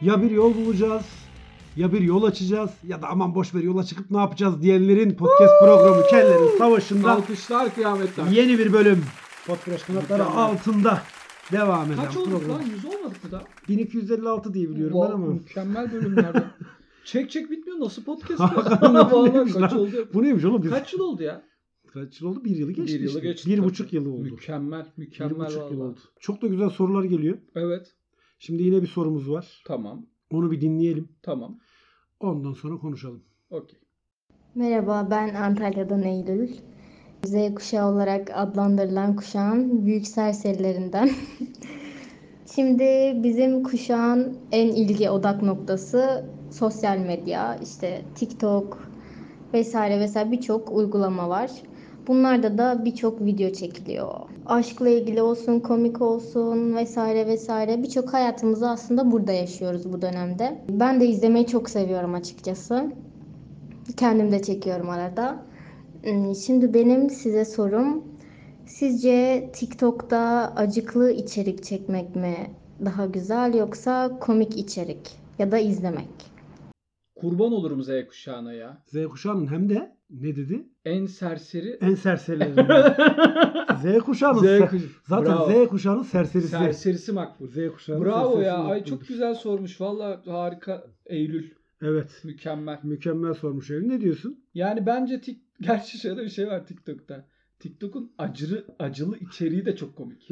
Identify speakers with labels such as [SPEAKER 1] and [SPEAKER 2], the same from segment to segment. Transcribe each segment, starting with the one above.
[SPEAKER 1] Ya bir yol bulacağız, ya bir yol açacağız ya da aman boş ver yola çıkıp ne yapacağız diyenlerin podcast programı Kellerin Savaşı'nda
[SPEAKER 2] Alkışlar kıyametler.
[SPEAKER 1] yeni bir bölüm. Podcast kanatları
[SPEAKER 2] Mükemmel.
[SPEAKER 1] altında devam eden
[SPEAKER 2] Kaç oldu
[SPEAKER 1] program.
[SPEAKER 2] lan? 100 olmadı mı da?
[SPEAKER 1] 1256 diye biliyorum
[SPEAKER 2] Vay,
[SPEAKER 1] ben ama.
[SPEAKER 2] Mükemmel bölümlerden. çek çek bitmiyor. Nasıl podcast ya? Vallahi
[SPEAKER 1] neymiş
[SPEAKER 2] kaç
[SPEAKER 1] lan?
[SPEAKER 2] oldu?
[SPEAKER 1] Bu neymiş oğlum? Biz
[SPEAKER 2] Kaç yıl oldu ya?
[SPEAKER 1] Kaç yıl oldu? Bir yılı geçti.
[SPEAKER 2] Bir yılı
[SPEAKER 1] işte.
[SPEAKER 2] geçti
[SPEAKER 1] Bir
[SPEAKER 2] tabii.
[SPEAKER 1] buçuk yılı oldu.
[SPEAKER 2] Mükemmel.
[SPEAKER 1] Bir
[SPEAKER 2] Mükemmel
[SPEAKER 1] buçuk yıl
[SPEAKER 2] vallahi.
[SPEAKER 1] oldu. Çok da güzel sorular geliyor.
[SPEAKER 2] Evet.
[SPEAKER 1] Şimdi yine bir sorumuz var.
[SPEAKER 2] Tamam.
[SPEAKER 1] Onu bir dinleyelim.
[SPEAKER 2] Tamam.
[SPEAKER 1] Ondan sonra konuşalım.
[SPEAKER 2] Okey.
[SPEAKER 3] Merhaba, ben Antalya'dan Eylül. Z kuşağı olarak adlandırılan kuşağın büyük serserilerinden. Şimdi bizim kuşağın en ilgi odak noktası sosyal medya, işte TikTok vesaire vesaire birçok uygulama var. Bunlarda da birçok video çekiliyor. Aşkla ilgili olsun, komik olsun vesaire vesaire birçok hayatımızı aslında burada yaşıyoruz bu dönemde. Ben de izlemeyi çok seviyorum açıkçası. Kendim de çekiyorum arada. Hmm, Şimdi benim size sorum. Sizce TikTok'ta acıklı içerik çekmek mi daha güzel yoksa komik içerik ya da izlemek?
[SPEAKER 2] Kurban olurum Z kuşağına ya.
[SPEAKER 1] Z kuşağının hem de ne dedi?
[SPEAKER 2] En serseri.
[SPEAKER 1] En serserilerinden. Z kuşağının ser-
[SPEAKER 2] kuş-
[SPEAKER 1] zaten
[SPEAKER 2] Bravo.
[SPEAKER 1] Z kuşağının serserisi.
[SPEAKER 2] Serserisi makbul.
[SPEAKER 1] Z kuşağının
[SPEAKER 2] Bravo
[SPEAKER 1] serserisi
[SPEAKER 2] ya. Ay
[SPEAKER 1] yapılmış.
[SPEAKER 2] çok güzel sormuş. Vallahi harika. Eylül.
[SPEAKER 1] Evet.
[SPEAKER 2] Mükemmel.
[SPEAKER 1] Mükemmel sormuş Eylül. Ne diyorsun?
[SPEAKER 2] Yani bence tik gerçi şöyle bir şey var TikTok'ta. TikTok'un acılı acılı içeriği de çok komik.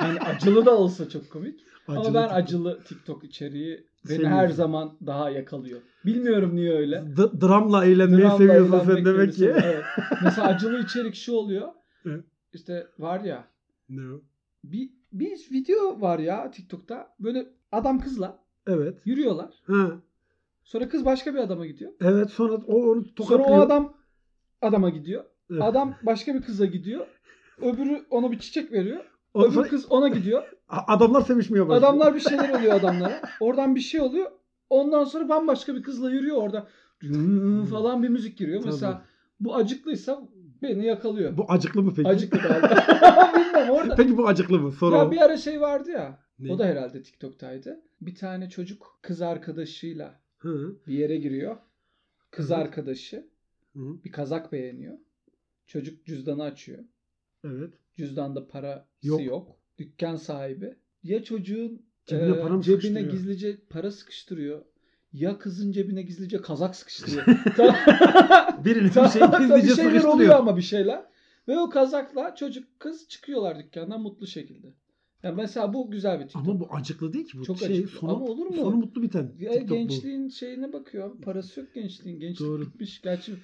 [SPEAKER 2] yani acılı da olsa çok komik. Ama ben acılı TikTok içeriği beni
[SPEAKER 1] Seviyorum.
[SPEAKER 2] her zaman daha yakalıyor. Bilmiyorum niye öyle.
[SPEAKER 1] D- dramla eğlenmeyi
[SPEAKER 2] Dramla
[SPEAKER 1] seviyorsun
[SPEAKER 2] eğlenmek
[SPEAKER 1] sen demek ki.
[SPEAKER 2] diyorsun. Evet. Mesela acılı içerik şu oluyor.
[SPEAKER 1] Evet.
[SPEAKER 2] İşte var ya
[SPEAKER 1] Ne o?
[SPEAKER 2] bir, bir video var ya TikTok'ta. Böyle adam kızla
[SPEAKER 1] Evet.
[SPEAKER 2] yürüyorlar.
[SPEAKER 1] Ha.
[SPEAKER 2] Sonra kız başka bir adama gidiyor.
[SPEAKER 1] Evet sonra o onu
[SPEAKER 2] Sonra
[SPEAKER 1] tokatlıyor.
[SPEAKER 2] o adam adama gidiyor.
[SPEAKER 1] Evet.
[SPEAKER 2] Adam başka bir kıza gidiyor. Öbürü ona bir çiçek veriyor.
[SPEAKER 1] Ondan
[SPEAKER 2] Öbür
[SPEAKER 1] sonra
[SPEAKER 2] kız ona gidiyor.
[SPEAKER 1] a- adamlar sevişmiyor başlıyor.
[SPEAKER 2] Adamlar bir şeyler oluyor adamlara. Oradan bir şey oluyor. Ondan sonra bambaşka bir kızla yürüyor orada. Rrrr falan bir müzik giriyor.
[SPEAKER 1] Hmm. Tabii.
[SPEAKER 2] Mesela bu acıklıysa beni yakalıyor.
[SPEAKER 1] Bu acıklı mı peki?
[SPEAKER 2] Acıklı galiba. Bilmem orada.
[SPEAKER 1] Peki bu acıklı mı? Soru
[SPEAKER 2] Ya
[SPEAKER 1] o.
[SPEAKER 2] bir ara şey vardı ya.
[SPEAKER 1] Ne?
[SPEAKER 2] O da herhalde TikTok'taydı. Bir tane çocuk kız arkadaşıyla
[SPEAKER 1] Hı,
[SPEAKER 2] bir yere giriyor. Kız
[SPEAKER 1] Evet.
[SPEAKER 2] arkadaşı
[SPEAKER 1] hı,
[SPEAKER 2] bir kazak beğeniyor. Çocuk cüzdanı açıyor.
[SPEAKER 1] Evet.
[SPEAKER 2] cüzdanda parası
[SPEAKER 1] Yok.
[SPEAKER 2] yok. Dükkan sahibi ya çocuğun
[SPEAKER 1] Cebine
[SPEAKER 2] e,
[SPEAKER 1] para mı
[SPEAKER 2] cebine
[SPEAKER 1] sıkıştırıyor?
[SPEAKER 2] gizlice para sıkıştırıyor ya kızın cebine gizlice kazak sıkıştırıyor.
[SPEAKER 1] Birinin bir
[SPEAKER 2] Ta-
[SPEAKER 1] şeyi
[SPEAKER 2] ta- bir
[SPEAKER 1] gizlice
[SPEAKER 2] şeyler oluyor
[SPEAKER 1] sıkıştırıyor.
[SPEAKER 2] ama bir şeyler. Ve o kazakla çocuk kız çıkıyorlar dükkandan mutlu şekilde. Yani mesela bu güzel bir TikTok.
[SPEAKER 1] Ama bu acıklı değil ki bu.
[SPEAKER 2] Çok
[SPEAKER 1] şey,
[SPEAKER 2] acıklı.
[SPEAKER 1] Sonu,
[SPEAKER 2] Ama olur mu?
[SPEAKER 1] Sonu mutlu biten.
[SPEAKER 2] Ya
[SPEAKER 1] TikTok bu.
[SPEAKER 2] gençliğin şeyine bakıyor. Parası yok gençliğin. Gençlik
[SPEAKER 1] Doğru.
[SPEAKER 2] bitmiş. Gerçi e,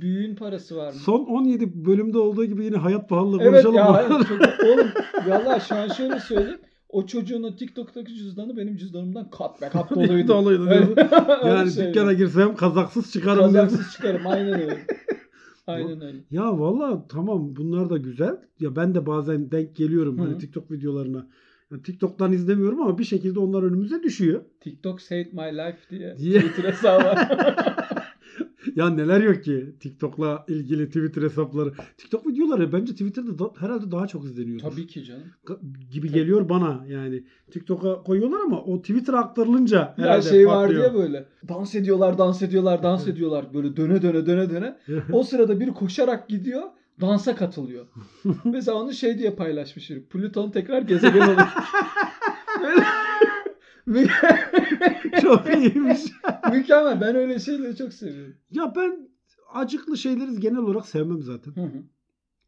[SPEAKER 2] büyüğün parası var mı?
[SPEAKER 1] Son 17 bölümde olduğu gibi yine hayat pahalılığı
[SPEAKER 2] Evet
[SPEAKER 1] konuşalım.
[SPEAKER 2] ya.
[SPEAKER 1] mı?
[SPEAKER 2] evet, çok- oğlum valla şu an şöyle söyleyeyim. O çocuğun o TikTok'taki cüzdanı benim cüzdanımdan kat be kat doluydu.
[SPEAKER 1] Doluydu diyorsun.
[SPEAKER 2] Öyle- öyle
[SPEAKER 1] yani
[SPEAKER 2] söyleyeyim.
[SPEAKER 1] dükkana girsem kazaksız çıkarım diyorsun.
[SPEAKER 2] Kazaksız çıkarım aynen öyle. Aynen öyle.
[SPEAKER 1] Ya valla tamam bunlar da güzel. Ya ben de bazen denk geliyorum
[SPEAKER 2] Hı.
[SPEAKER 1] hani TikTok videolarına. Ya TikTok'tan izlemiyorum ama bir şekilde onlar önümüze düşüyor.
[SPEAKER 2] TikTok saved my life diye
[SPEAKER 1] Diye.
[SPEAKER 2] Twitter hesabı.
[SPEAKER 1] Ya neler yok ki TikTok'la ilgili Twitter hesapları. Tiktok videoları bence Twitter'da da- herhalde daha çok izleniyor.
[SPEAKER 2] Tabii ki canım.
[SPEAKER 1] gibi
[SPEAKER 2] Tabii.
[SPEAKER 1] geliyor bana yani. TikTok'a koyuyorlar ama o Twitter'a aktarılınca
[SPEAKER 2] Ya
[SPEAKER 1] herhalde
[SPEAKER 2] şey var
[SPEAKER 1] patlıyor.
[SPEAKER 2] diye böyle. Dans ediyorlar, dans ediyorlar, dans
[SPEAKER 1] Evet.
[SPEAKER 2] ediyorlar. Böyle döne döne döne döne. O sırada biri koşarak gidiyor. Dansa katılıyor. Mesela onu şey diye paylaşmış. herif, Plüton tekrar gezegen olur. Böyle-
[SPEAKER 1] Çok iyiymiş.
[SPEAKER 2] Mükemmel. Ben öyle şeyleri çok seviyorum.
[SPEAKER 1] Ya ben acıklı şeyleri genel olarak sevmem zaten.
[SPEAKER 2] Hı hı.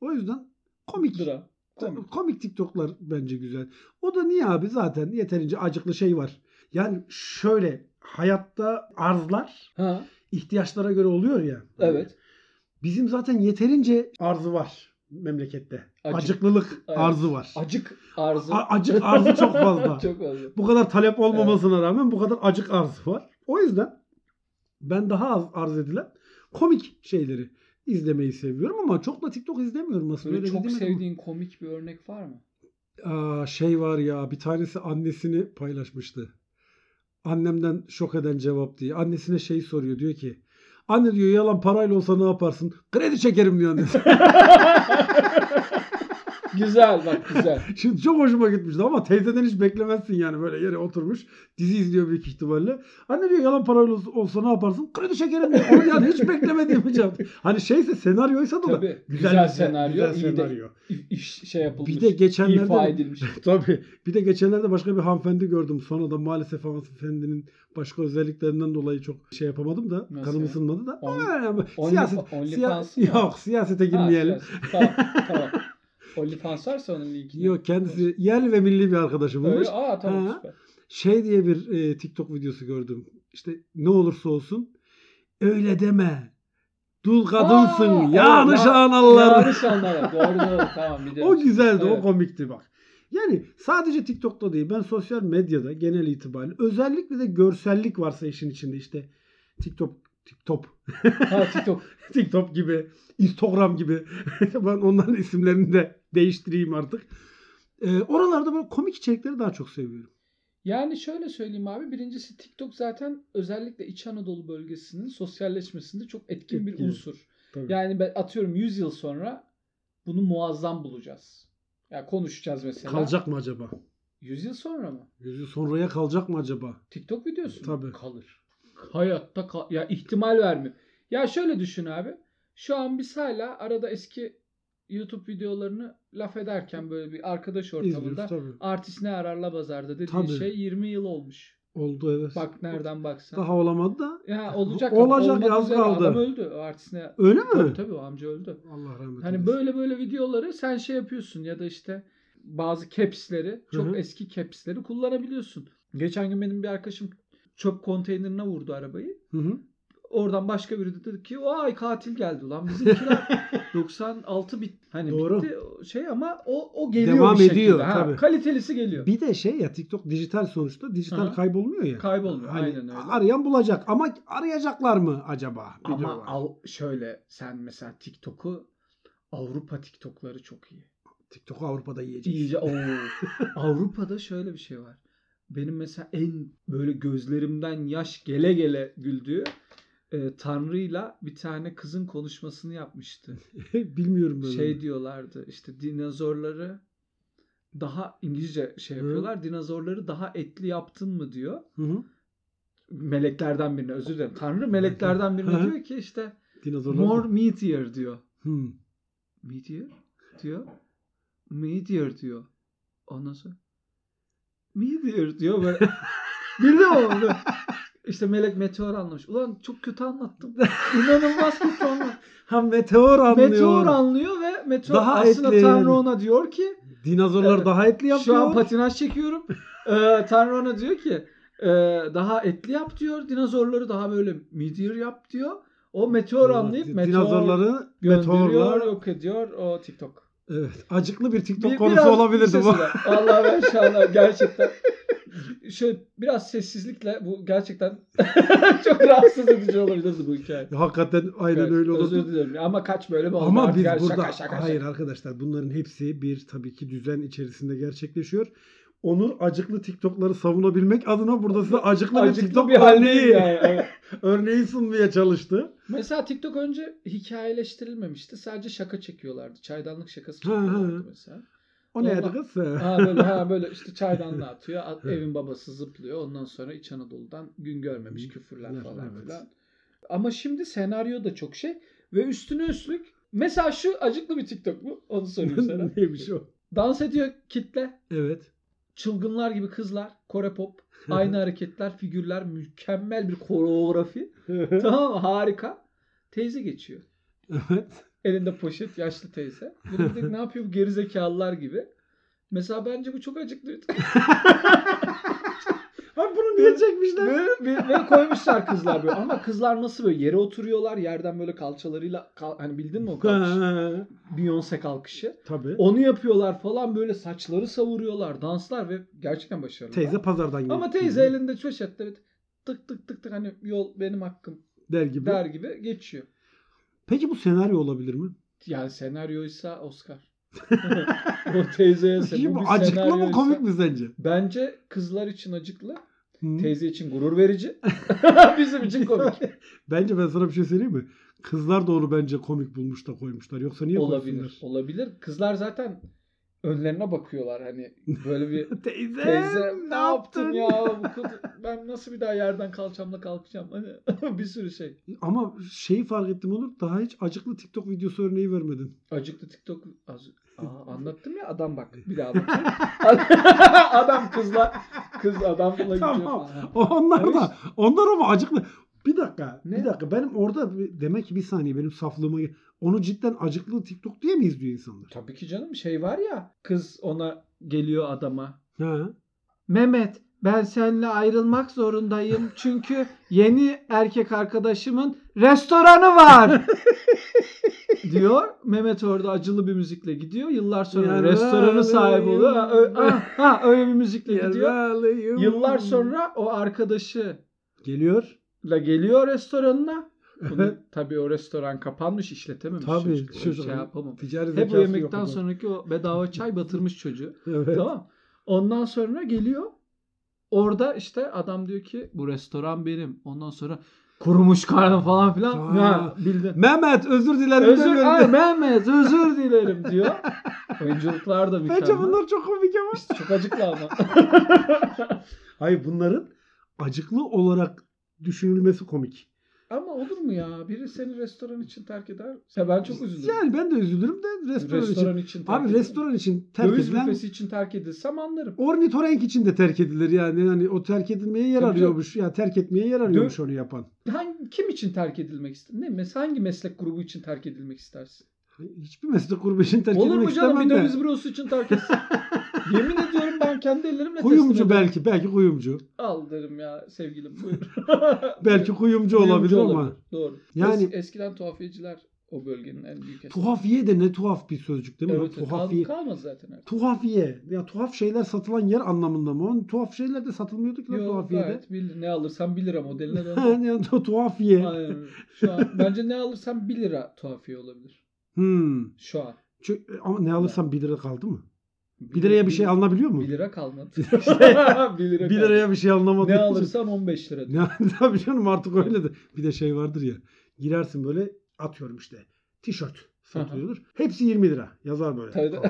[SPEAKER 1] O yüzden komik.
[SPEAKER 2] Dra. Komik.
[SPEAKER 1] Komik TikTok'lar bence güzel. O da niye abi zaten yeterince acıklı şey var. Yani şöyle hayatta arzlar
[SPEAKER 2] Ha,
[SPEAKER 1] ihtiyaçlara göre oluyor ya.
[SPEAKER 2] evet.
[SPEAKER 1] Bizim zaten yeterince arzı var memlekette.
[SPEAKER 2] Acık.
[SPEAKER 1] Acıklılık
[SPEAKER 2] Evet.
[SPEAKER 1] arzı var.
[SPEAKER 2] Acık arzı.
[SPEAKER 1] A- acık arzı çok fazla.
[SPEAKER 2] çok fazla.
[SPEAKER 1] bu kadar talep olmamasına rağmen bu kadar acık arzı var. O yüzden ben daha az arz edilen komik şeyleri izlemeyi seviyorum ama çok da TikTok izlemiyorum aslında.
[SPEAKER 2] Böyle
[SPEAKER 1] Öyle
[SPEAKER 2] çok
[SPEAKER 1] dedim ama.
[SPEAKER 2] sevdiğin komik bir örnek var mı?
[SPEAKER 1] Aa, şey var ya bir tanesi annesini paylaşmıştı. Annemden şok eden cevap diye. Annesine şey soruyor diyor ki anne diyor yalan parayla olsa ne yaparsın? Kredi çekerim diyor annesi.
[SPEAKER 2] Güzel bak güzel.
[SPEAKER 1] Şimdi çok hoşuma gitmişti ama teyzeden hiç beklemezsin yani böyle yere oturmuş. Dizi izliyor büyük ihtimalle. Anne diyor yalan parayla olsa, olsa ne yaparsın? Kredi şekerim diyor. Onu yani hiç beklemediğim bir cevap. Hani şeyse senaryoysa da
[SPEAKER 2] Tabii.
[SPEAKER 1] da
[SPEAKER 2] Güzel, senaryo. iyi
[SPEAKER 1] Güzel senaryo.
[SPEAKER 2] de i- iş şey yapılmış.
[SPEAKER 1] Bir de geçenlerde-
[SPEAKER 2] ifa edilmiş.
[SPEAKER 1] Tabii. Bir de geçenlerde başka bir hanımefendi gördüm. Sonra da maalesef hanımefendinin başka özelliklerinden dolayı çok şey yapamadım da
[SPEAKER 2] Nasıl
[SPEAKER 1] kanım
[SPEAKER 2] ya?
[SPEAKER 1] ısınmadı da.
[SPEAKER 2] On-
[SPEAKER 1] Yani
[SPEAKER 2] Only-
[SPEAKER 1] siyaset siya-
[SPEAKER 2] OnlyFans mı?
[SPEAKER 1] yok siyasete
[SPEAKER 2] Ha,
[SPEAKER 1] girmeyelim.
[SPEAKER 2] siyaset. tamam tamam. OnlyFans varsa onun linkini.
[SPEAKER 1] Yok kendisi yerli ve milli bir arkadaşımmış.
[SPEAKER 2] Öyle, aa tamam
[SPEAKER 1] Ha.
[SPEAKER 2] süper.
[SPEAKER 1] Şey diye bir e, TikTok videosu gördüm. İşte ne olursa olsun öyle deme. Dul kadınsın.
[SPEAKER 2] Aa,
[SPEAKER 1] yanlış
[SPEAKER 2] evet, ya-
[SPEAKER 1] analar.
[SPEAKER 2] Yanlış anlar. Doğru doğru tamam biliyorum.
[SPEAKER 1] O güzeldi, o
[SPEAKER 2] Evet.
[SPEAKER 1] komikti bak. Yani sadece TikTok'ta değil, ben sosyal medyada genel itibariyle özellikle de görsellik varsa işin içinde işte TikTok TikTok
[SPEAKER 2] Ha TikTok.
[SPEAKER 1] TikTok gibi, Instagram gibi. ben onların isimlerini de değiştireyim artık. Ee, oralarda böyle komik içerikleri daha çok seviyorum.
[SPEAKER 2] Yani şöyle söyleyeyim abi. Birincisi TikTok zaten özellikle İç Anadolu bölgesinin sosyalleşmesinde çok etkin bir
[SPEAKER 1] Etkili.
[SPEAKER 2] unsur.
[SPEAKER 1] Tabii.
[SPEAKER 2] Yani ben atıyorum 100 yıl sonra bunu muazzam bulacağız. Ya konuşacağız mesela.
[SPEAKER 1] kalacak mı acaba?
[SPEAKER 2] 100 yıl sonra mı?
[SPEAKER 1] Yüzü sonraya kalacak mı acaba?
[SPEAKER 2] TikTok videosu mu?
[SPEAKER 1] Tabii.
[SPEAKER 2] kalır. Hayatta kal ya ihtimal verme. Ya şöyle düşün abi. Şu an biz hala arada eski YouTube videolarını laf ederken böyle bir arkadaş ortamında
[SPEAKER 1] İzliyoruz tabii.
[SPEAKER 2] artist ne arar la bazarda dediği
[SPEAKER 1] Tabii.
[SPEAKER 2] şey 20 yıl olmuş.
[SPEAKER 1] Oldu evet.
[SPEAKER 2] Bak nereden baksan.
[SPEAKER 1] Daha olamadı da.
[SPEAKER 2] Ya olacak.
[SPEAKER 1] Olacak,
[SPEAKER 2] olmak
[SPEAKER 1] yaz
[SPEAKER 2] üzere.
[SPEAKER 1] kaldı.
[SPEAKER 2] Adam öldü. O artist ne?
[SPEAKER 1] Öyle mi?
[SPEAKER 2] Tabii, tabii o amca öldü.
[SPEAKER 1] Allah rahmet eylesin.
[SPEAKER 2] Hani böyle böyle videoları sen şey yapıyorsun ya da işte bazı caps'leri, çok
[SPEAKER 1] Hı hı.
[SPEAKER 2] eski caps'leri kullanabiliyorsun. Geçen gün benim bir arkadaşım çöp konteynerine vurdu arabayı.
[SPEAKER 1] Hı hı.
[SPEAKER 2] Oradan başka biri de dedi ki vay katil geldi lan bizimkiler 96 bit hani
[SPEAKER 1] Doğru.
[SPEAKER 2] bitti şey ama o o geliyor
[SPEAKER 1] Devam
[SPEAKER 2] bir şekilde.
[SPEAKER 1] ediyor,
[SPEAKER 2] Ha,
[SPEAKER 1] tabii.
[SPEAKER 2] Kalitelisi geliyor.
[SPEAKER 1] Bir de şey ya TikTok dijital sonuçta dijital
[SPEAKER 2] Aha.
[SPEAKER 1] kaybolmuyor ya.
[SPEAKER 2] Kaybolmuyor,
[SPEAKER 1] Hani
[SPEAKER 2] aynen öyle.
[SPEAKER 1] Arayan bulacak ama arayacaklar mı acaba?
[SPEAKER 2] ama
[SPEAKER 1] Bilmiyorum.
[SPEAKER 2] al, şöyle sen mesela TikTok'u Avrupa TikTok'ları çok iyi.
[SPEAKER 1] TikTok'u Avrupa'da yiyecek.
[SPEAKER 2] İyice oo. Avrupa'da şöyle bir şey var. Benim mesela en böyle gözlerimden yaş gele gele güldüğü e, Tanrı'yla bir tane kızın konuşmasını yapmıştı.
[SPEAKER 1] Bilmiyorum böyle.
[SPEAKER 2] Şey diyorlardı işte dinozorları daha İngilizce şey
[SPEAKER 1] Hı.
[SPEAKER 2] yapıyorlar. Dinozorları daha etli yaptın mı diyor.
[SPEAKER 1] Hı hı.
[SPEAKER 2] Meleklerden birine özür dilerim. Tanrı meleklerden birine
[SPEAKER 1] Hı.
[SPEAKER 2] diyor ki işte
[SPEAKER 1] Dinozorlar.
[SPEAKER 2] more meat here diyor.
[SPEAKER 1] Hı.
[SPEAKER 2] Meteor diyor. Meteor diyor. Ondan sonra Meteor diyor böyle. Bildin mi onu? İşte melek meteor anlamış. Ulan çok kötü anlattım. İnanılmaz kötü anlattım.
[SPEAKER 1] Ha meteor anlıyor.
[SPEAKER 2] Meteor anlıyor ve meteor
[SPEAKER 1] Daha
[SPEAKER 2] aslında
[SPEAKER 1] etli.
[SPEAKER 2] Tanrı ona diyor ki
[SPEAKER 1] Dinozorlar
[SPEAKER 2] Evet.
[SPEAKER 1] daha etli yapıyor.
[SPEAKER 2] şu an patinaj çekiyorum. Ee, Tanrı ona diyor ki e, daha etli yap diyor. Dinozorları daha böyle meteor yap diyor. O meteor anlayıp meteor
[SPEAKER 1] Dinozorları
[SPEAKER 2] gönderiyor,
[SPEAKER 1] meteorlar.
[SPEAKER 2] yok ediyor. O TikTok.
[SPEAKER 1] Evet. Acıklı bir TikTok
[SPEAKER 2] Bir-
[SPEAKER 1] konusu
[SPEAKER 2] biraz
[SPEAKER 1] olabilirdi
[SPEAKER 2] bir şey
[SPEAKER 1] bu.
[SPEAKER 2] sesi var. Allah ve inşallah gerçekten. Şöyle biraz sessizlikle bu gerçekten çok rahatsız edici olabilirdi bu hikaye.
[SPEAKER 1] Hakikaten aynen
[SPEAKER 2] Evet,
[SPEAKER 1] öyle
[SPEAKER 2] Özür
[SPEAKER 1] olurdu.
[SPEAKER 2] dilerim ama kaç bölüm oldu
[SPEAKER 1] Ama
[SPEAKER 2] artık.
[SPEAKER 1] biz
[SPEAKER 2] Yani
[SPEAKER 1] burada
[SPEAKER 2] şaka, şaka,
[SPEAKER 1] hayır
[SPEAKER 2] şaka.
[SPEAKER 1] arkadaşlar bunların hepsi bir tabii ki düzen içerisinde gerçekleşiyor. Onur acıklı TikTok'ları savunabilmek adına burada size acıklı, bir TikTok
[SPEAKER 2] Acıklı bir haldeyim
[SPEAKER 1] örneği,
[SPEAKER 2] yani. evet.
[SPEAKER 1] örneği sunmaya çalıştı.
[SPEAKER 2] Mesela TikTok önce hikayeleştirilmemişti. Sadece şaka çekiyorlardı. Çaydanlık şakası
[SPEAKER 1] Hı hı.
[SPEAKER 2] çekiyorlardı mesela.
[SPEAKER 1] O neydi
[SPEAKER 2] Vallahi-
[SPEAKER 1] kız?
[SPEAKER 2] Ha böyle ha böyle işte çaydanlığı atıyor. At- Evin babası zıplıyor. Ondan sonra İç Anadolu'dan gün görmemiş küfürler
[SPEAKER 1] Evet,
[SPEAKER 2] falan
[SPEAKER 1] evet.
[SPEAKER 2] filan. Ama şimdi senaryo da çok şey ve üstüne üstlük mesela şu acıklı bir TikTok mu? Onu soruyorum sana.
[SPEAKER 1] Neymiş o?
[SPEAKER 2] Dans ediyor kitle.
[SPEAKER 1] Evet.
[SPEAKER 2] Çılgınlar gibi kızlar. Kore pop. Aynı hareketler, figürler. Mükemmel bir koreografi. tamam mı? Harika. Teyze geçiyor.
[SPEAKER 1] evet.
[SPEAKER 2] Elinde poşet yaşlı teyze. Bunu dedik ne yapıyor bu gerizekalılar gibi. Mesela bence bu çok acıklı.
[SPEAKER 1] Abi bunu niye çekmişler?
[SPEAKER 2] ve, ve, ve koymuşlar kızlar böyle. Ama kızlar nasıl böyle yere oturuyorlar yerden böyle kalçalarıyla kal- hani bildin mi o kalkış?
[SPEAKER 1] Ha,
[SPEAKER 2] Beyoncé kalkışı.
[SPEAKER 1] Tabii.
[SPEAKER 2] Onu yapıyorlar falan böyle saçları savuruyorlar danslar ve gerçekten başarılı.
[SPEAKER 1] teyze pazardan geliyor.
[SPEAKER 2] Ama teyze elinde çöşette bir tık tık tık tık hani yol benim hakkım
[SPEAKER 1] der gibi.
[SPEAKER 2] der gibi geçiyor.
[SPEAKER 1] Peki bu senaryo olabilir mi?
[SPEAKER 2] Yani senaryoysa Oscar. o teyzeye sen
[SPEAKER 1] Peki
[SPEAKER 2] bu
[SPEAKER 1] bu
[SPEAKER 2] bir
[SPEAKER 1] acıklı mı
[SPEAKER 2] senaryoysa-
[SPEAKER 1] komik mi sence?
[SPEAKER 2] Bence kızlar için acıklı,
[SPEAKER 1] Hı?
[SPEAKER 2] teyze için gurur verici. Bizim için komik.
[SPEAKER 1] Bence ben sana bir şey söyleyeyim mi? Kızlar da onu bence komik bulmuş da koymuşlar. Yoksa niye
[SPEAKER 2] olabilir.
[SPEAKER 1] koysunlar?
[SPEAKER 2] Olabilir. Kızlar zaten önlerine bakıyorlar hani böyle bir
[SPEAKER 1] Teyze,
[SPEAKER 2] teyze ne yaptın ya bu kız, ben nasıl bir daha yerden kalçamla kalkacağım hani bir sürü şey.
[SPEAKER 1] Ama şeyi fark ettim Onur. Daha hiç acıklı TikTok videosu örneği vermedin.
[SPEAKER 2] Acıktı TikTok az Aa, anlattım ya adam bak bir daha bak. adam kızla kız adamla gidiyor.
[SPEAKER 1] Tamam.
[SPEAKER 2] falan.
[SPEAKER 1] O- Onlar
[SPEAKER 2] Evet.
[SPEAKER 1] da. Onlar ama acıklı. Bir dakika.
[SPEAKER 2] Ne?
[SPEAKER 1] Bir dakika. Benim orada bir- demek ki bir saniye benim saflığıma gel- onu cidden acıklı TikTok diye mi izliyor insanlar?
[SPEAKER 2] Tabii ki canım şey var ya kız ona geliyor adama.
[SPEAKER 1] Ha.
[SPEAKER 2] Mehmet ben seninle ayrılmak zorundayım çünkü yeni erkek arkadaşımın restoranı var. diyor. Mehmet orada acılı bir müzikle gidiyor. Yıllar sonra
[SPEAKER 1] Yaralı
[SPEAKER 2] restoranı sahibi oluyor. Ha, ö- ha, ha, öyle bir müzikle gidiyor.
[SPEAKER 1] Yaralıyım.
[SPEAKER 2] Yıllar sonra o arkadaşı
[SPEAKER 1] geliyor.
[SPEAKER 2] La geliyor restoranına. Bunu,
[SPEAKER 1] Evet.
[SPEAKER 2] tabii o restoran kapanmış işletememiş
[SPEAKER 1] Tabii,
[SPEAKER 2] çocuk. Öyle
[SPEAKER 1] çocuk.
[SPEAKER 2] Şey yapamamış.
[SPEAKER 1] Ticari
[SPEAKER 2] Hep
[SPEAKER 1] zekası
[SPEAKER 2] o
[SPEAKER 1] yok
[SPEAKER 2] yemekten
[SPEAKER 1] adam.
[SPEAKER 2] sonraki o bedava çay batırmış çocuğu.
[SPEAKER 1] Evet.
[SPEAKER 2] Tamam. Ondan sonra geliyor. Orada işte adam diyor ki bu restoran benim. Ondan sonra kurumuş karnım falan
[SPEAKER 1] Aa.
[SPEAKER 2] filan. Ya, bildin.
[SPEAKER 1] Mehmet özür dilerim.
[SPEAKER 2] Özür,
[SPEAKER 1] demiyorum.
[SPEAKER 2] ay, Mehmet özür dilerim diyor. Oyunculuklar da mükemmel.
[SPEAKER 1] Bence bunlar çok komik ama.
[SPEAKER 2] İşte çok acıklı ama.
[SPEAKER 1] Hayır bunların acıklı olarak düşünülmesi komik.
[SPEAKER 2] ama olur mu ya? Biri seni restoran için terk eder. Ya ben çok üzülürüm.
[SPEAKER 1] Yani ben de üzülürüm de restoran, için.
[SPEAKER 2] restoran için. terk
[SPEAKER 1] Abi
[SPEAKER 2] ederim.
[SPEAKER 1] restoran için terk
[SPEAKER 2] Döviz
[SPEAKER 1] edilen
[SPEAKER 2] büfesi için terk edilsem anlarım.
[SPEAKER 1] ornitorenk için de terk edilir yani. Yani o terk edilmeye yer
[SPEAKER 2] Tabii
[SPEAKER 1] arıyormuş. Ya terk etmeye yer arıyormuş onu yapan.
[SPEAKER 2] Hangi, kim için terk edilmek ister? Ne? Mes hangi meslek grubu için terk edilmek istersin?
[SPEAKER 1] Hani Hiçbir meslek grubu için terk
[SPEAKER 2] Olur
[SPEAKER 1] edilmek
[SPEAKER 2] mu canım
[SPEAKER 1] istemem
[SPEAKER 2] bir
[SPEAKER 1] de.
[SPEAKER 2] döviz bürosu için terk etsin. Yemin ediyorum ben kendi ellerimle teslim
[SPEAKER 1] Kuyumcu
[SPEAKER 2] ederim.
[SPEAKER 1] belki. Belki kuyumcu.
[SPEAKER 2] Al derim ya sevgilim buyur.
[SPEAKER 1] Belki kuyumcu olabilir ama.
[SPEAKER 2] Doğru.
[SPEAKER 1] Yani-
[SPEAKER 2] Yani... eskiden tuhafiyeciler o bölgenin en büyük etkisi.
[SPEAKER 1] Tuhafiye de ne tuhaf bir sözcük değil mi?
[SPEAKER 2] Evet, evet.
[SPEAKER 1] tuhafiye.
[SPEAKER 2] Kal, kalmaz zaten artık.
[SPEAKER 1] Tuhafiye. Ya tuhaf şeyler satılan yer anlamında mı? Onun tuhaf şeyler de satılmıyordu ki lan
[SPEAKER 2] Yok
[SPEAKER 1] tuhafiyede.
[SPEAKER 2] gayet bil- ne alırsan 1 lira modeline döndü.
[SPEAKER 1] Yani tu- tuhafiye.
[SPEAKER 2] Aynen. Şu an bence ne alırsan 1 lira tuhafiye olabilir.
[SPEAKER 1] Hmm.
[SPEAKER 2] Şu an.
[SPEAKER 1] Çünkü, ama ne alırsam 1 lira kaldı mı?
[SPEAKER 2] Bir
[SPEAKER 1] 1 liraya bir şey alınabiliyor mu?
[SPEAKER 2] 1 lira kalmadı.
[SPEAKER 1] İşte,
[SPEAKER 2] 1 lira
[SPEAKER 1] 1
[SPEAKER 2] kalmadı.
[SPEAKER 1] liraya bir şey alınamadı.
[SPEAKER 2] ne alırsan 15 lira.
[SPEAKER 1] Ne tabii canım artık öyle de. Bir de şey vardır ya. Girersin böyle atıyorum işte. Tişört satılıyordur. Hepsi 20 lira. Yazar böyle.
[SPEAKER 2] Tabii de-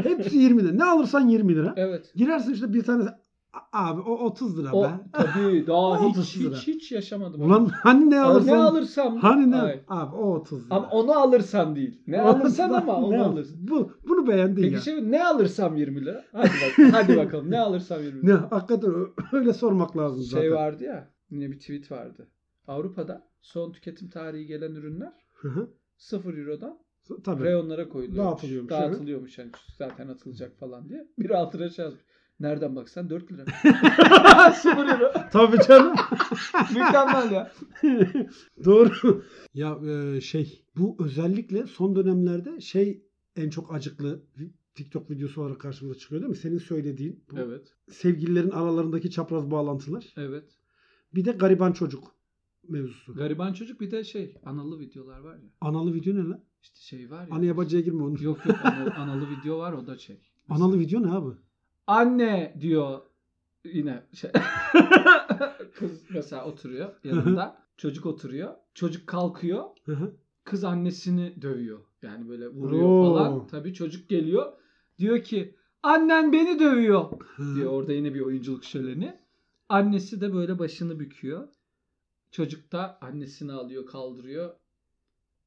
[SPEAKER 1] Hepsi 20 lira. Ne alırsan 20 lira.
[SPEAKER 2] evet.
[SPEAKER 1] Girersin işte bir tanesi. "A- Abi o 30 lira
[SPEAKER 2] O
[SPEAKER 1] be.
[SPEAKER 2] tabii daha
[SPEAKER 1] O
[SPEAKER 2] hiç,
[SPEAKER 1] otuz lira.
[SPEAKER 2] hiç hiç yaşamadım.
[SPEAKER 1] Ulan hani ne
[SPEAKER 2] Aa,
[SPEAKER 1] alırsan.
[SPEAKER 2] ne alırsam
[SPEAKER 1] Hani ne?
[SPEAKER 2] Ay.
[SPEAKER 1] Abi o 30 lira.
[SPEAKER 2] Ama onu alırsan değil. Ne alırsan ama
[SPEAKER 1] Ne
[SPEAKER 2] onu
[SPEAKER 1] al-
[SPEAKER 2] alırsın.
[SPEAKER 1] Bu, bunu beğendin ya.
[SPEAKER 2] Peki şey- şimdi ne alırsam 20 lira? Hadi bak, hadi bakalım ne alırsam 20
[SPEAKER 1] Ne
[SPEAKER 2] lira.
[SPEAKER 1] hakikaten ö- öyle sormak lazım
[SPEAKER 2] Şey
[SPEAKER 1] zaten.
[SPEAKER 2] vardı ya. Yine bir tweet vardı. Avrupa'da son tüketim tarihi gelen ürünler
[SPEAKER 1] Hı hı.
[SPEAKER 2] 0 Euro'dan
[SPEAKER 1] Tabii.
[SPEAKER 2] reyonlara koyuluyormuş.
[SPEAKER 1] Dağıtılıyormuş, evet.
[SPEAKER 2] Dağıtılıyormuş yani zaten atılacak falan diye. Biri altına şey yazmış. Nereden baksan 4 lira. 0 Euro.
[SPEAKER 1] Tabii canım.
[SPEAKER 2] Mükemmel ya.
[SPEAKER 1] Doğru. Ya e, şey bu özellikle son dönemlerde şey en çok acıklı TikTok videosu olarak karşımıza çıkıyor değil mi? Senin söylediğin bu
[SPEAKER 2] Evet.
[SPEAKER 1] sevgililerin aralarındaki çapraz bağlantılar.
[SPEAKER 2] Evet.
[SPEAKER 1] Bir de gariban çocuk mevzusu.
[SPEAKER 2] Gariban çocuk bir de şey analı videolar var ya.
[SPEAKER 1] Analı video ne lan?
[SPEAKER 2] İşte şey var ya.
[SPEAKER 1] Anaya bacıya girme onun.
[SPEAKER 2] Yok yok analı, analı video var o da şey. Mesela
[SPEAKER 1] Analı video ne abi?
[SPEAKER 2] Anne diyor yine şey. Kız mesela oturuyor yanında. çocuk oturuyor. Çocuk kalkıyor.
[SPEAKER 1] Hı hı.
[SPEAKER 2] Kız annesini dövüyor. Yani böyle vuruyor
[SPEAKER 1] Oo.
[SPEAKER 2] falan. Tabii çocuk geliyor. Diyor ki annen beni dövüyor.
[SPEAKER 1] Hı.
[SPEAKER 2] Diyor orada yine bir oyunculuk şöleni. Annesi de böyle başını büküyor. Çocuk da annesini alıyor kaldırıyor.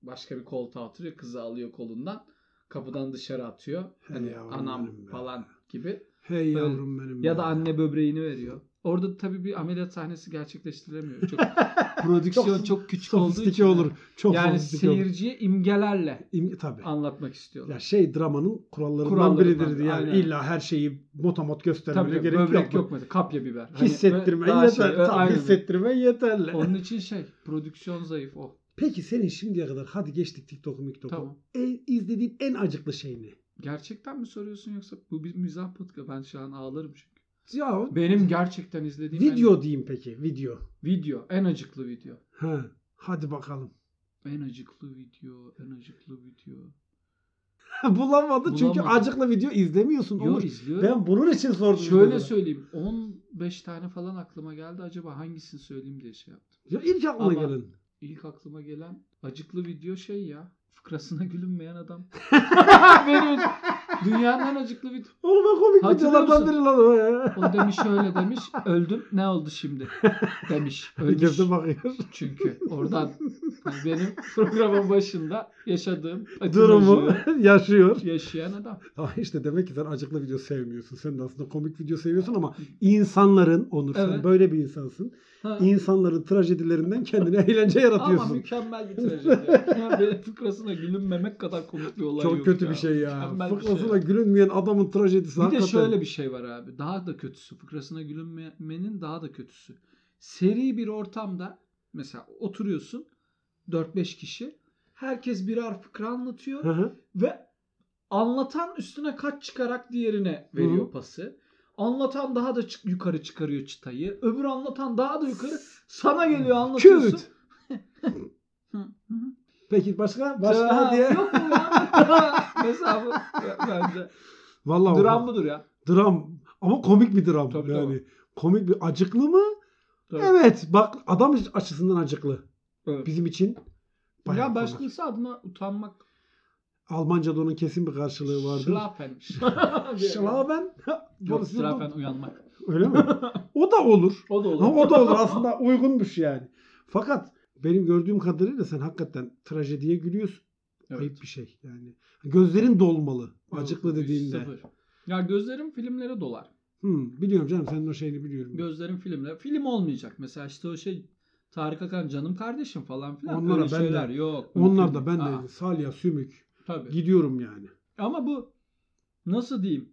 [SPEAKER 2] Başka bir koltuğa oturuyor. Kızı alıyor kolundan. Kapıdan dışarı atıyor. Hani
[SPEAKER 1] yavrum benim
[SPEAKER 2] anam
[SPEAKER 1] be. Hmm.
[SPEAKER 2] falan gibi.
[SPEAKER 1] Hey yavrum benim.
[SPEAKER 2] Ya
[SPEAKER 1] be.
[SPEAKER 2] da anne böbreğini veriyor. Orada tabii bir ameliyat sahnesi gerçekleştirilemiyor. Çok
[SPEAKER 1] Çok
[SPEAKER 2] prodüksiyon çok küçük olduğu
[SPEAKER 1] Sofistike
[SPEAKER 2] için.
[SPEAKER 1] olur. Çok
[SPEAKER 2] Yani
[SPEAKER 1] sofistike olur.
[SPEAKER 2] seyirciye imgelerle
[SPEAKER 1] İm- tabii.
[SPEAKER 2] anlatmak istiyorlar.
[SPEAKER 1] Ya şey dramanın kurallarından,
[SPEAKER 2] Kurallarından,
[SPEAKER 1] biridir yani
[SPEAKER 2] aynen.
[SPEAKER 1] illa her şeyi motomot göstermeye
[SPEAKER 2] tabii
[SPEAKER 1] gerek
[SPEAKER 2] böbrek
[SPEAKER 1] yok.
[SPEAKER 2] yok, mesela kapya biber. Hani
[SPEAKER 1] Hissettirme
[SPEAKER 2] daha şey,
[SPEAKER 1] yeterli. Tabii
[SPEAKER 2] aynen.
[SPEAKER 1] hissettirme yeterli.
[SPEAKER 2] Onun için şey prodüksiyon zayıf o.
[SPEAKER 1] Peki senin şimdiye kadar hadi geçtik TikTok'u MikTok'u.
[SPEAKER 2] Tamam.
[SPEAKER 1] En, izlediğin en acıklı şey ne?
[SPEAKER 2] Gerçekten mi soruyorsun yoksa bu bir mizah podcast ben şu an ağlarım çünkü.
[SPEAKER 1] Ya o-
[SPEAKER 2] Benim gerçekten izlediğim
[SPEAKER 1] video
[SPEAKER 2] en,
[SPEAKER 1] diyeyim peki video.
[SPEAKER 2] video en acıklı video.
[SPEAKER 1] Ha, hadi bakalım.
[SPEAKER 2] En acıklı video, en acıklı video.
[SPEAKER 1] Bulamadı çünkü
[SPEAKER 2] Bulamadım.
[SPEAKER 1] acıklı video izlemiyorsun.
[SPEAKER 2] Yo
[SPEAKER 1] Onur.
[SPEAKER 2] izliyorum.
[SPEAKER 1] Ben bunun için sordum.
[SPEAKER 2] Şöyle
[SPEAKER 1] videoları.
[SPEAKER 2] söyleyeyim. 15 tane falan aklıma geldi. Acaba hangisini söyleyeyim diye şey yaptım.
[SPEAKER 1] Ya ilk aklına
[SPEAKER 2] Ama-
[SPEAKER 1] gelin.
[SPEAKER 2] İlk aklıma gelen acıklı video şey ya. Fıkrasına gülünmeyen adam. Benim Dünyanın en acıklı bir...
[SPEAKER 1] Oğlum ben komik
[SPEAKER 2] Hatırlıyor
[SPEAKER 1] videolardan
[SPEAKER 2] musun?
[SPEAKER 1] biri lan o ya.
[SPEAKER 2] O demiş şöyle demiş. Öldüm. Ne oldu şimdi? Demiş. Ölmüş.
[SPEAKER 1] Gözde bakıyor.
[SPEAKER 2] Çünkü oradan yani benim programın başında yaşadığım
[SPEAKER 1] Durumu
[SPEAKER 2] patolojiyi
[SPEAKER 1] yaşıyor.
[SPEAKER 2] yaşayan adam.
[SPEAKER 1] Ha işte demek ki sen acıklı video sevmiyorsun. Sen de aslında komik video seviyorsun ama insanların Onur sen
[SPEAKER 2] Evet.
[SPEAKER 1] böyle bir insansın.
[SPEAKER 2] Ha.
[SPEAKER 1] İnsanların trajedilerinden kendine eğlence
[SPEAKER 2] Ama
[SPEAKER 1] yaratıyorsun.
[SPEAKER 2] mükemmel bir trajedi. Yani böyle fıkrasına gülünmemek kadar komik bir olay
[SPEAKER 1] Çok
[SPEAKER 2] yok
[SPEAKER 1] kötü
[SPEAKER 2] ya.
[SPEAKER 1] bir şey ya.
[SPEAKER 2] Mükemmel bir şey.
[SPEAKER 1] Fıkrasına gülünmeyen adamın trajedisi
[SPEAKER 2] Bir
[SPEAKER 1] hakikaten.
[SPEAKER 2] de şöyle bir şey var abi. Daha da kötüsü. Fıkrasına gülünmemenin daha da kötüsü. Seri bir ortamda mesela oturuyorsun 4-5 kişi. Herkes birer fıkra anlatıyor.
[SPEAKER 1] Hı hı.
[SPEAKER 2] Ve anlatan üstüne kaç çıkarak diğerine veriyor
[SPEAKER 1] Hı.
[SPEAKER 2] pası. Anlatan daha da çık- yukarı çıkarıyor çıtayı. Öbür anlatan daha da yukarı sana geliyor anlatıyorsun.
[SPEAKER 1] Küt.
[SPEAKER 2] Hı, hı.
[SPEAKER 1] Peki başka? Başka
[SPEAKER 2] Ha,
[SPEAKER 1] diye.
[SPEAKER 2] Yok mu ya? Mesela bu ya, bence.
[SPEAKER 1] Vallahi
[SPEAKER 2] Dram
[SPEAKER 1] bak,
[SPEAKER 2] budur ya.
[SPEAKER 1] dram. Ama komik bir dram.
[SPEAKER 2] Tabii,
[SPEAKER 1] yani
[SPEAKER 2] tabii.
[SPEAKER 1] komik bir acıklı mı?
[SPEAKER 2] Tabii.
[SPEAKER 1] Evet. Bak adam açısından acıklı.
[SPEAKER 2] Evet.
[SPEAKER 1] Bizim için bayağı
[SPEAKER 2] ya
[SPEAKER 1] komik.
[SPEAKER 2] başkası adına utanmak.
[SPEAKER 1] Almanca'da onun kesin bir karşılığı vardı.
[SPEAKER 2] Schlafen.
[SPEAKER 1] Schlafen.
[SPEAKER 2] Yok
[SPEAKER 1] Burası-
[SPEAKER 2] Schlafen uyanmak.
[SPEAKER 1] Öyle mi? O da olur.
[SPEAKER 2] O da olur.
[SPEAKER 1] Ha, o da olur aslında uygunmuş yani. Fakat benim gördüğüm kadarıyla sen hakikaten trajediye gülüyorsun.
[SPEAKER 2] Evet.
[SPEAKER 1] Ayıp bir şey yani. Gözlerin dolmalı.
[SPEAKER 2] Yok,
[SPEAKER 1] Acıklı
[SPEAKER 2] yok, hiç
[SPEAKER 1] dediğinde.
[SPEAKER 2] sıfır. Ya gözlerim filmlere dolar.
[SPEAKER 1] Hmm, biliyorum canım senin o şeyini biliyorum.
[SPEAKER 2] Gözlerim filmle. Film olmayacak. Mesela işte o şey Tarık Akan canım kardeşim falan filan.
[SPEAKER 1] Onlara
[SPEAKER 2] Öyle
[SPEAKER 1] ben de-
[SPEAKER 2] şeyler yok.
[SPEAKER 1] Onlar
[SPEAKER 2] mümkün
[SPEAKER 1] da ben
[SPEAKER 2] değil.
[SPEAKER 1] de
[SPEAKER 2] Aa,
[SPEAKER 1] salya sümük
[SPEAKER 2] tabii.
[SPEAKER 1] gidiyorum yani.
[SPEAKER 2] Ama bu nasıl diyeyim?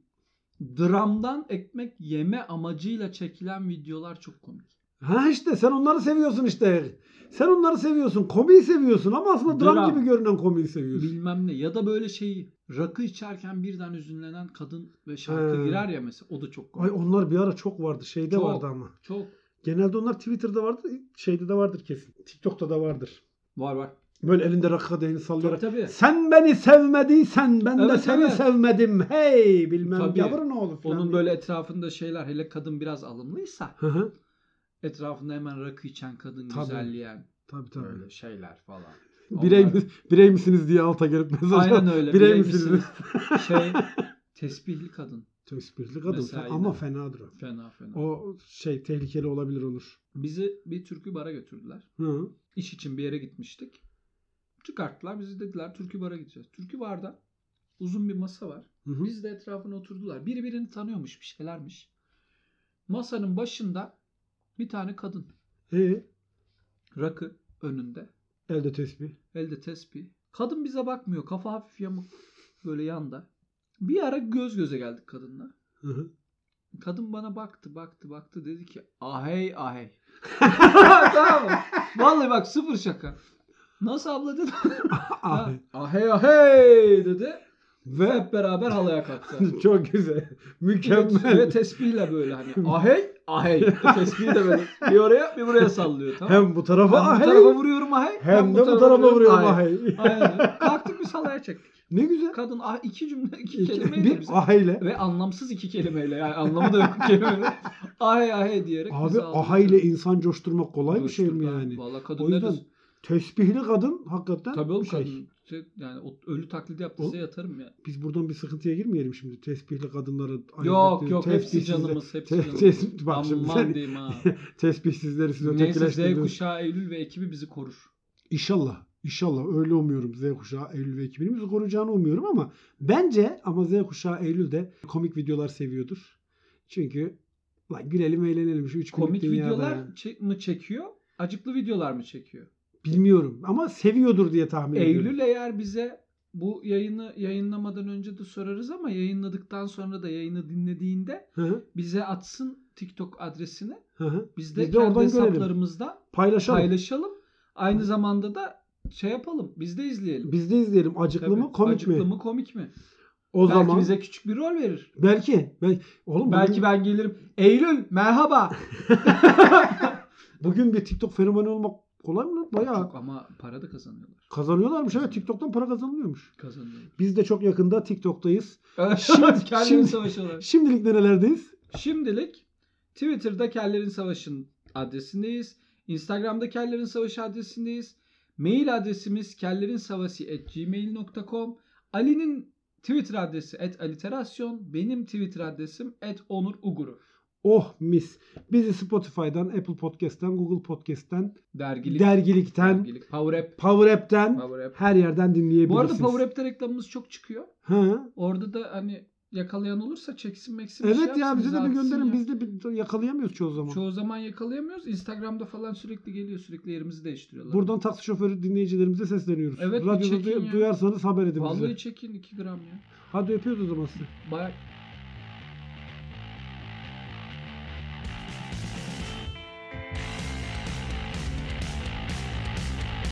[SPEAKER 2] Dramdan ekmek yeme amacıyla çekilen videolar çok komik.
[SPEAKER 1] Ha işte sen onları seviyorsun işte. Sen onları seviyorsun. Komiyi seviyorsun ama aslında dram,
[SPEAKER 2] Dram.
[SPEAKER 1] gibi görünen komiyi seviyorsun.
[SPEAKER 2] Bilmem ne ya da böyle şeyi rakı içerken birden hüzünlenen kadın ve şarkı
[SPEAKER 1] He.
[SPEAKER 2] girer ya mesela o da çok komik.
[SPEAKER 1] Ay onlar bir ara çok vardı. Şeyde
[SPEAKER 2] Çok.
[SPEAKER 1] vardı ama.
[SPEAKER 2] Çok
[SPEAKER 1] Genelde onlar Twitter'da vardı. Şeyde de vardır kesin. TikTok'ta da vardır.
[SPEAKER 2] var var.
[SPEAKER 1] Böyle elinde rakı kadehini
[SPEAKER 2] Tabii
[SPEAKER 1] sallayarak
[SPEAKER 2] tabii.
[SPEAKER 1] Sen beni sevmediysen ben de
[SPEAKER 2] Evet,
[SPEAKER 1] seni
[SPEAKER 2] evet.
[SPEAKER 1] sevmedim. Hey bilmem
[SPEAKER 2] Tabii.
[SPEAKER 1] yavru ne olur falan.
[SPEAKER 2] Onun
[SPEAKER 1] diye.
[SPEAKER 2] böyle etrafında şeyler hele kadın biraz alımlıysa
[SPEAKER 1] Hı hı.
[SPEAKER 2] etrafında hemen rakı içen kadın
[SPEAKER 1] Tabii.
[SPEAKER 2] güzelleyen
[SPEAKER 1] tabii tabii.
[SPEAKER 2] böyle şeyler falan.
[SPEAKER 1] Birey,
[SPEAKER 2] Onlar-
[SPEAKER 1] mis- birey misiniz diye alta gelip mesaj.
[SPEAKER 2] Aynen öyle.
[SPEAKER 1] Birey
[SPEAKER 2] Birey
[SPEAKER 1] misiniz?
[SPEAKER 2] misiniz? şey tesbihli kadın.
[SPEAKER 1] Tespitli kadın
[SPEAKER 2] Mesela
[SPEAKER 1] fe- ama
[SPEAKER 2] yine.
[SPEAKER 1] fenadır o.
[SPEAKER 2] Fena fena.
[SPEAKER 1] O şey tehlikeli olabilir Onur.
[SPEAKER 2] Bizi bir türkü bara götürdüler.
[SPEAKER 1] Hı.
[SPEAKER 2] İş için bir yere gitmiştik. Çıkarttılar bizi dediler türkü bara gideceğiz. Türkü barda uzun bir masa var.
[SPEAKER 1] Hı hı.
[SPEAKER 2] Biz de etrafına oturdular. Birbirini tanıyormuş bir şeylermiş. Masanın başında bir tane kadın.
[SPEAKER 1] E,
[SPEAKER 2] Rakı önünde.
[SPEAKER 1] elde tespih.
[SPEAKER 2] Elde tespih. Kadın bize bakmıyor. Kafa hafif yamuk. Böyle yanda. Bir ara göz göze geldik kadınla.
[SPEAKER 1] Hı hı.
[SPEAKER 2] Kadın bana baktı baktı baktı dedi ki "Ah, ahey ahey. tamam mı? Vallahi bak sıfır şaka. Nasıl abla dedi.
[SPEAKER 1] Ah,
[SPEAKER 2] ahey ahey dedi.
[SPEAKER 1] Ve
[SPEAKER 2] Hep beraber halaya kalktı.
[SPEAKER 1] çok güzel.
[SPEAKER 2] Ve
[SPEAKER 1] Mükemmel.
[SPEAKER 2] tespihle böyle hani ahey ahey. Tespihi de böyle bir oraya bir buraya sallıyor tamam.
[SPEAKER 1] Hem bu tarafa
[SPEAKER 2] Hem bu
[SPEAKER 1] ahey,
[SPEAKER 2] tarafa vuruyorum "Ah, ahey.
[SPEAKER 1] hem de bu tarafa vuruyorum "Ah, ahey.
[SPEAKER 2] "Ah, Aynen. öyle. Kalktık biz halaya çektik.
[SPEAKER 1] Ne güzel.
[SPEAKER 2] Kadın ah, iki cümle iki kelimeyle
[SPEAKER 1] Bir
[SPEAKER 2] bize-
[SPEAKER 1] aheyle.
[SPEAKER 2] Ve anlamsız iki kelimeyle yani anlamı da yok kelimeyle. Ahey ahey diyerek.
[SPEAKER 1] Abi
[SPEAKER 2] bizi aldı.
[SPEAKER 1] aha ile insan coşturmak kolay bir şey mi
[SPEAKER 2] Coşturdu.
[SPEAKER 1] yani?
[SPEAKER 2] Vallahi
[SPEAKER 1] O
[SPEAKER 2] kadın ne
[SPEAKER 1] yüzden
[SPEAKER 2] dedi?
[SPEAKER 1] tesbihli kadın hakikaten
[SPEAKER 2] Tabii oğlum
[SPEAKER 1] şey.
[SPEAKER 2] kadın. Şey, yani o, ölü taklidi yaptıysa
[SPEAKER 1] O-
[SPEAKER 2] yatarım ya.
[SPEAKER 1] Biz buradan bir sıkıntıya girmeyelim şimdi. Tesbihli kadınlara ayırt
[SPEAKER 2] Yok
[SPEAKER 1] ettiğiniz-
[SPEAKER 2] yok hepsi
[SPEAKER 1] tesbihsizle-
[SPEAKER 2] canımız hepsi
[SPEAKER 1] Te-
[SPEAKER 2] canımız.
[SPEAKER 1] tes- bak şimdi
[SPEAKER 2] Aman
[SPEAKER 1] sen-
[SPEAKER 2] diyeyim ha.
[SPEAKER 1] tesbihsizleri siz
[SPEAKER 2] Neyse Z
[SPEAKER 1] ötekileştirdiniz.
[SPEAKER 2] kuşağı Eylül ve ekibi bizi korur.
[SPEAKER 1] İnşallah. İnşallah öyle umuyorum Z kuşağı Eylül ve ekibini bizi koruyacağını umuyorum ama bence ama Z kuşağı Eylül de komik videolar seviyordur. Çünkü lan gülelim eğlenelim şu üç günlük
[SPEAKER 2] Komik
[SPEAKER 1] dünyada
[SPEAKER 2] videolar
[SPEAKER 1] yani.
[SPEAKER 2] çe- mı çekiyor? Acıklı videolar mı çekiyor?
[SPEAKER 1] Bilmiyorum ama seviyordur diye tahmin ediyorum.
[SPEAKER 2] Eylül eğer bize bu yayını yayınlamadan önce de sorarız ama yayınladıktan sonra da yayını dinlediğinde
[SPEAKER 1] Hı hı,
[SPEAKER 2] bize atsın TikTok adresini.
[SPEAKER 1] hı hı.
[SPEAKER 2] Biz de,
[SPEAKER 1] Biz de
[SPEAKER 2] kendi
[SPEAKER 1] oradan görelim.
[SPEAKER 2] hesaplarımızdan
[SPEAKER 1] Paylaşalım.
[SPEAKER 2] paylaşalım. Aynı zamanda da şey yapalım. Biz de izleyelim.
[SPEAKER 1] Biz de izleyelim. Acıklı
[SPEAKER 2] Tabii.
[SPEAKER 1] mı komik
[SPEAKER 2] Acıklı
[SPEAKER 1] mi?
[SPEAKER 2] mı komik mi?
[SPEAKER 1] O
[SPEAKER 2] belki
[SPEAKER 1] zaman
[SPEAKER 2] bize küçük bir rol verir.
[SPEAKER 1] belki belki oğlum
[SPEAKER 2] Belki
[SPEAKER 1] bugün,
[SPEAKER 2] ben gelirim. Eylül merhaba.
[SPEAKER 1] bugün bir TikTok fenomeni olmak kolay mı lan? Bayağı
[SPEAKER 2] Çok ama para da kazanıyorlar.
[SPEAKER 1] kazanıyorlarmış evet TikTok'tan para kazanılıyormuş.
[SPEAKER 2] Kazanıyorlar.
[SPEAKER 1] Biz de çok yakında TikTok'tayız. Şimdi-
[SPEAKER 2] Şimdi,
[SPEAKER 1] şimdi-
[SPEAKER 2] kellerin savaşıyorlar.
[SPEAKER 1] Şimdilik nerelerdeyiz?
[SPEAKER 2] Şimdilik Twitter'da kellerin savaşın adresindeyiz. Instagram'da kellerin savaşı adresindeyiz. Mail adresimiz kellerinsavaşı@gmail.com. Ali'nin Twitter adresi aliterasyon. Benim Twitter adresim onuruguru.
[SPEAKER 1] Oh mis. Bizi Spotify'dan, Apple Podcast'ten, Google Podcast'ten,
[SPEAKER 2] Dergilik.
[SPEAKER 1] dergilikten,
[SPEAKER 2] Dergilik. Power App.
[SPEAKER 1] Power App'ten
[SPEAKER 2] Power App.
[SPEAKER 1] her yerden dinleyebilirsiniz.
[SPEAKER 2] Bu arada Power App'te reklamımız çok çıkıyor.
[SPEAKER 1] Ha.
[SPEAKER 2] Orada da hani yakalayan olursa çeksin meksin. bir şey
[SPEAKER 1] Evet ya
[SPEAKER 2] yapsın,
[SPEAKER 1] bize de bir
[SPEAKER 2] atsın
[SPEAKER 1] gönderin.
[SPEAKER 2] ya.
[SPEAKER 1] Biz de bir- yakalayamıyoruz çoğu zaman.
[SPEAKER 2] Çoğu zaman yakalayamıyoruz. Instagram'da falan sürekli geliyor. Sürekli yerimizi değiştiriyorlar.
[SPEAKER 1] Buradan taksi şoförü dinleyicilerimize sesleniyoruz.
[SPEAKER 2] Evet, bir
[SPEAKER 1] Radyoda
[SPEAKER 2] çekin
[SPEAKER 1] duy-
[SPEAKER 2] ya.
[SPEAKER 1] duyarsanız haber edin bize.
[SPEAKER 2] Vallahi çekin 2 gram ya.
[SPEAKER 1] Hadi öpüyoruz o zaman sizi.
[SPEAKER 2] Bye.